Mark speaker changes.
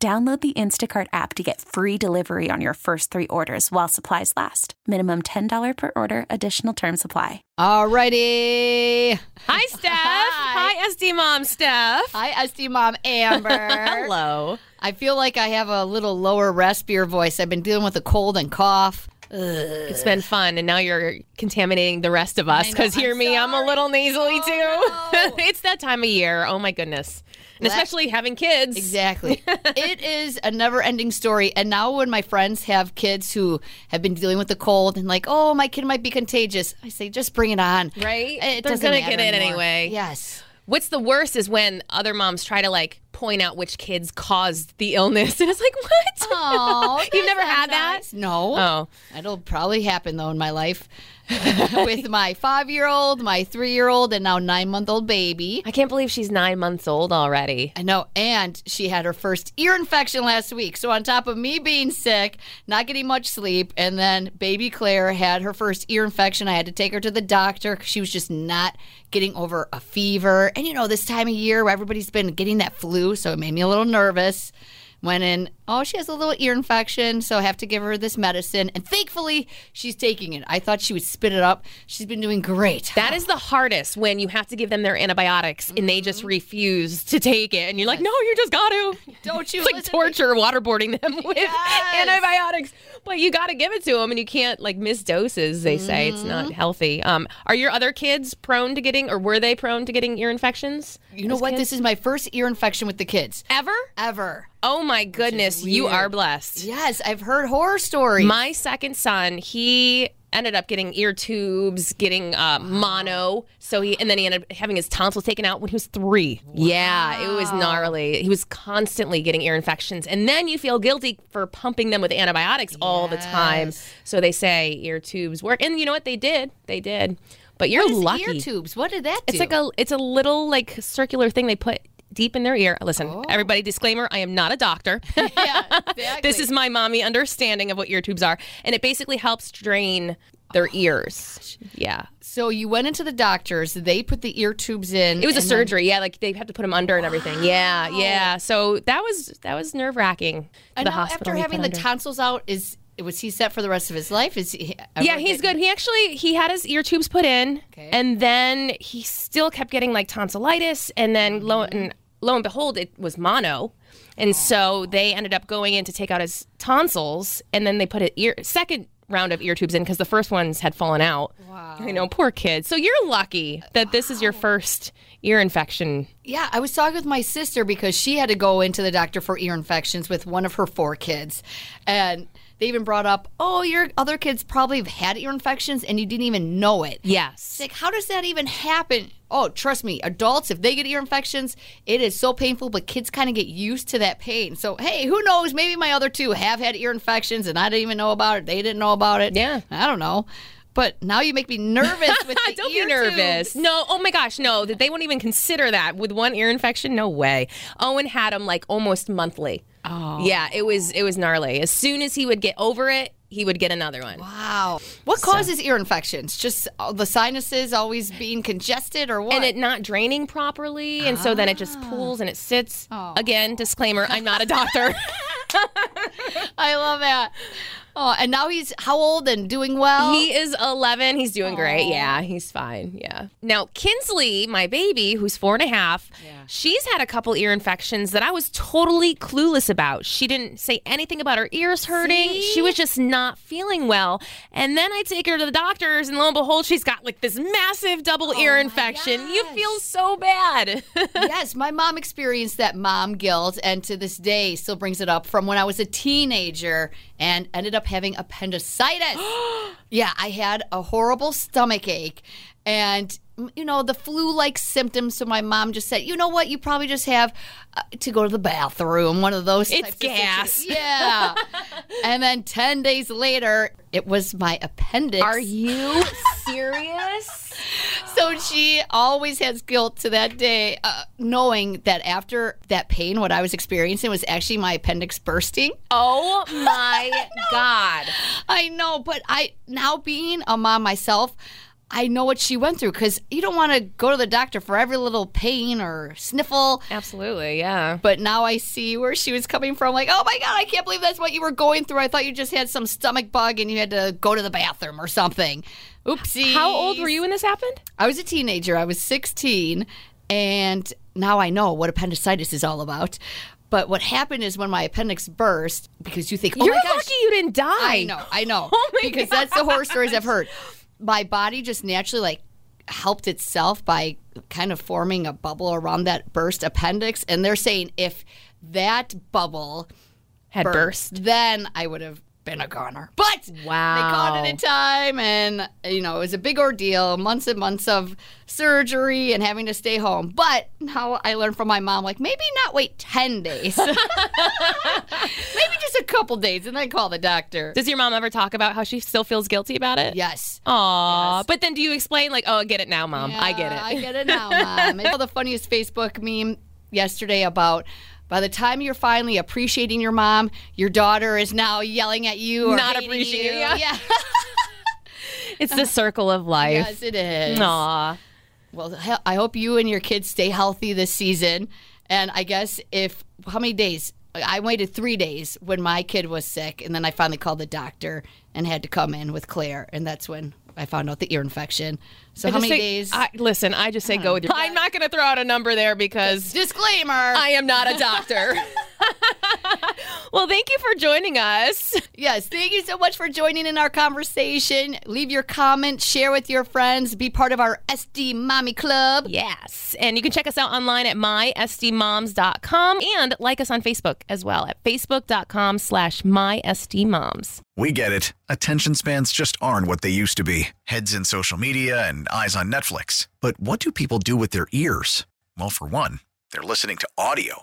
Speaker 1: Download the Instacart app to get free delivery on your first three orders while supplies last. Minimum $10 per order, additional term supply.
Speaker 2: Alrighty.
Speaker 3: Hi, Steph. Hi, SD Mom Steph.
Speaker 2: Hi, SD Mom Amber.
Speaker 3: Hello.
Speaker 2: I feel like I have a little lower raspier voice. I've been dealing with a cold and cough.
Speaker 3: It's been fun, and now you're contaminating the rest of us.
Speaker 2: know,
Speaker 3: Because hear
Speaker 2: I'm
Speaker 3: me, I'm a
Speaker 2: sorry.
Speaker 3: little nasally
Speaker 2: Oh,
Speaker 3: too.
Speaker 2: no.
Speaker 3: it's that time of year. Oh my goodness, and
Speaker 2: Let-
Speaker 3: especially having kids.
Speaker 2: Exactly. it is a never ending story. And now, when my friends have kids who have been dealing with the cold and, like, oh, my kid might be contagious, I say, just bring it on.
Speaker 3: Right?
Speaker 2: It
Speaker 3: They're
Speaker 2: doesn't
Speaker 3: gonna
Speaker 2: matter
Speaker 3: get it
Speaker 2: anymore.
Speaker 3: anyway.
Speaker 2: Yes.
Speaker 3: What's the worst is when other moms try to like point out which kids caused the illness, and it's like, what?
Speaker 2: Oh,
Speaker 3: You've never had that?
Speaker 2: No.
Speaker 3: Oh,
Speaker 2: That'll probably happen though in my life with my five year old, my three year old, and now nine month old baby.
Speaker 3: I can't believe she's nine months old already.
Speaker 2: I know. And she had her first ear infection last week. So, on top of me being sick, not getting much sleep, and then baby Claire had her first ear infection. I had to take her to the doctor 'cause she was just not getting over a fever. And, you know, this time of year where everybody's been getting that flu. So, it made me a little nervous. Went in, oh, she has a little ear infection. So, I have to give her this medicine. And thankfully, she's taking it. I thought she would spit it up. She's been doing great.
Speaker 3: That is the hardest when you have to give them their antibiotics and they just refuse to take it, and you're like, no, you just got to.
Speaker 2: Don't Mm-hmm. you
Speaker 3: It's like
Speaker 2: listen to-
Speaker 3: torture waterboarding them with
Speaker 2: Yes.
Speaker 3: antibiotics, but you got to give it to them, and you can't like miss doses. They say it's not healthy. Um, are your other kids prone to getting, or were they prone to getting ear infections?
Speaker 2: You know what? This is my first ear infection with the kids
Speaker 3: Ever?
Speaker 2: ever.
Speaker 3: Oh my goodness, you are blessed.
Speaker 2: Yes, I've heard horror stories.
Speaker 3: My second son, he ended up getting ear tubes, getting uh, mono. So he, and then he ended up having his tonsils taken out when he was three. Yeah, it was gnarly. He was constantly getting ear infections. And then you feel guilty for pumping them with antibiotics all the time. So they say ear tubes work. And you know what? They did. They did. But you're
Speaker 2: What is
Speaker 3: lucky.
Speaker 2: ear tubes. What did that do?
Speaker 3: It's like a it's a little like circular thing they put deep in their ear. Listen,
Speaker 2: Oh.
Speaker 3: everybody, disclaimer: I am not a doctor.
Speaker 2: yeah, exactly.
Speaker 3: This is my mommy understanding of what ear tubes are, and it basically helps drain their
Speaker 2: Oh,
Speaker 3: ears. Yeah,
Speaker 2: so you went into the doctors. They put the ear tubes in.
Speaker 3: it was a
Speaker 2: and then- Oh.
Speaker 3: surgery. Yeah, like they have to put them under and everything. Yeah, yeah. So that was that was nerve wracking.
Speaker 2: I
Speaker 3: The
Speaker 2: know,
Speaker 3: hospital
Speaker 2: after
Speaker 3: he
Speaker 2: having
Speaker 3: put
Speaker 2: the
Speaker 3: under.
Speaker 2: tonsils out, is was he set for the rest of his life? Is he?
Speaker 3: Yeah, he's good. He actually he had his ear tubes put in,
Speaker 2: Okay.
Speaker 3: and then he still kept getting like tonsillitis, and then lo and lo and behold, it was mono, and so they ended up going in to take out his tonsils, and then they put a ear second round of ear tubes in because the first ones had fallen out. Wow, I know, poor kid. So you're lucky that this is your first ear infection.
Speaker 2: Yeah, I was talking with my sister because she had to go into the doctor for ear infections with one of her four kids. And they even brought up, oh, your other kids probably have had ear infections and you didn't even know it. It's
Speaker 3: Yes,
Speaker 2: like, how does that even happen? Oh, trust me, adults, if they get ear infections, it is so painful, but kids kind of get used to that pain. So, hey, who knows? Maybe my other two have had ear infections and I didn't even know about it. They didn't know about it.
Speaker 3: Yeah.
Speaker 2: I don't know. But now you make me nervous with the
Speaker 3: Don't
Speaker 2: ear
Speaker 3: be nervous.
Speaker 2: tubes.
Speaker 3: No, oh my gosh, no, that they won't even consider that with one ear infection. No way. Owen had them like almost monthly. Oh. Yeah, it was it was gnarly. As soon as he would get over it, he would get another one.
Speaker 2: Wow. What causes ear infections? Just all the sinuses always being congested or what?
Speaker 3: And it not draining properly, and so then it just
Speaker 2: Ah.
Speaker 3: pools and it sits.
Speaker 2: Oh.
Speaker 3: Again, disclaimer: I'm not a doctor.
Speaker 2: I love that. Oh, and now he's how old and doing well?
Speaker 3: He is 11. He's doing great. Yeah, he's fine. Yeah. Now, Kinsley, my baby, who's four and a half, she's had a couple ear infections that I was totally clueless about. She didn't say anything about her ears hurting. She was just not feeling well. And then I take her to the doctors, and lo and behold, she's got like this massive double
Speaker 4: Oh
Speaker 3: ear infection. You feel so bad.
Speaker 2: yes, my mom experienced that mom guilt and to this day still brings it up from when I was a teenager and ended up having appendicitis. yeah, I had a horrible stomach ache and you know, the flu like symptoms. So my mom just said, you know what? You probably just have uh, to go to the bathroom, one of those
Speaker 3: It's
Speaker 2: types of situa-
Speaker 3: gas.
Speaker 2: Yeah. and then 10 days later, it was my appendix.
Speaker 4: Are you serious?
Speaker 2: So she always has guilt to that day, uh, knowing that after that pain, what I was experiencing was actually my appendix bursting.
Speaker 4: Oh
Speaker 3: My God.
Speaker 2: I know, but I now being a mom myself, I know what she went through because you don't want to go to the doctor for every little pain or sniffle.
Speaker 3: Absolutely, yeah.
Speaker 2: But now I see where she was coming from. Like, oh my God, I can't believe that's what you were going through. I thought you just had some stomach bug and you had to go to the bathroom or something. Oopsie.
Speaker 3: How old were you when this happened?
Speaker 2: I was a teenager. I was 16, and now I know what appendicitis is all about. But what happened is when my appendix burst, because you think, oh
Speaker 3: You're
Speaker 2: my gosh,
Speaker 3: lucky Oh you didn't die.
Speaker 2: I know, I know. because that's the horror stories I've heard. My body just naturally like helped itself by kind of forming a bubble around that burst appendix. And they're saying if that bubble
Speaker 3: Had burst.
Speaker 2: burst, then I would have been a goner. But they
Speaker 3: Wow.
Speaker 2: caught it in time, and you know it was a big ordeal, months and months of surgery and having to stay home. But now I learned from my mom, like maybe not wait ten days, maybe just a couple days, and then call the doctor.
Speaker 3: Does your mom ever talk about how she still feels guilty about it?
Speaker 2: Yes.
Speaker 3: Aw. But then do you explain, like, oh, I get it now, mom. I get it.
Speaker 2: Yeah, I get it now, mom. I saw the funniest Facebook meme yesterday about by the time you're finally appreciating your mom, your daughter is now yelling at you or
Speaker 3: Not
Speaker 2: hating
Speaker 3: appreciating
Speaker 2: you.
Speaker 3: you.
Speaker 2: Yeah.
Speaker 3: It's the circle of life.
Speaker 2: yes, it is.
Speaker 3: Aw.
Speaker 2: Well, he- I hope you and your kids stay healthy this season. And I guess if how many days? I waited three days when my kid was sick, and then I finally called the doctor and had to come in with Claire, and that's when I found out the ear infection. So
Speaker 3: I
Speaker 2: how
Speaker 3: just
Speaker 2: many
Speaker 3: say-
Speaker 2: days?
Speaker 3: I, listen, I just say go with your. Uh-huh. I'm not going to throw out a number there because
Speaker 2: Disclaimer.
Speaker 3: I am not a doctor. well, thank you for joining us.
Speaker 2: Yes, thank you so much for joining in our conversation. Leave your comments, share with your friends, be part of our SD Mommy Club.
Speaker 3: Yes. And you can check us out online at mysdmoms.com and like us on Facebook as well at facebook.com slash mysdmoms.
Speaker 5: We get it. Attention spans just aren't what they used to be heads in social media and eyes on Netflix. But what do people do with their ears? Well, for one, they're listening to audio.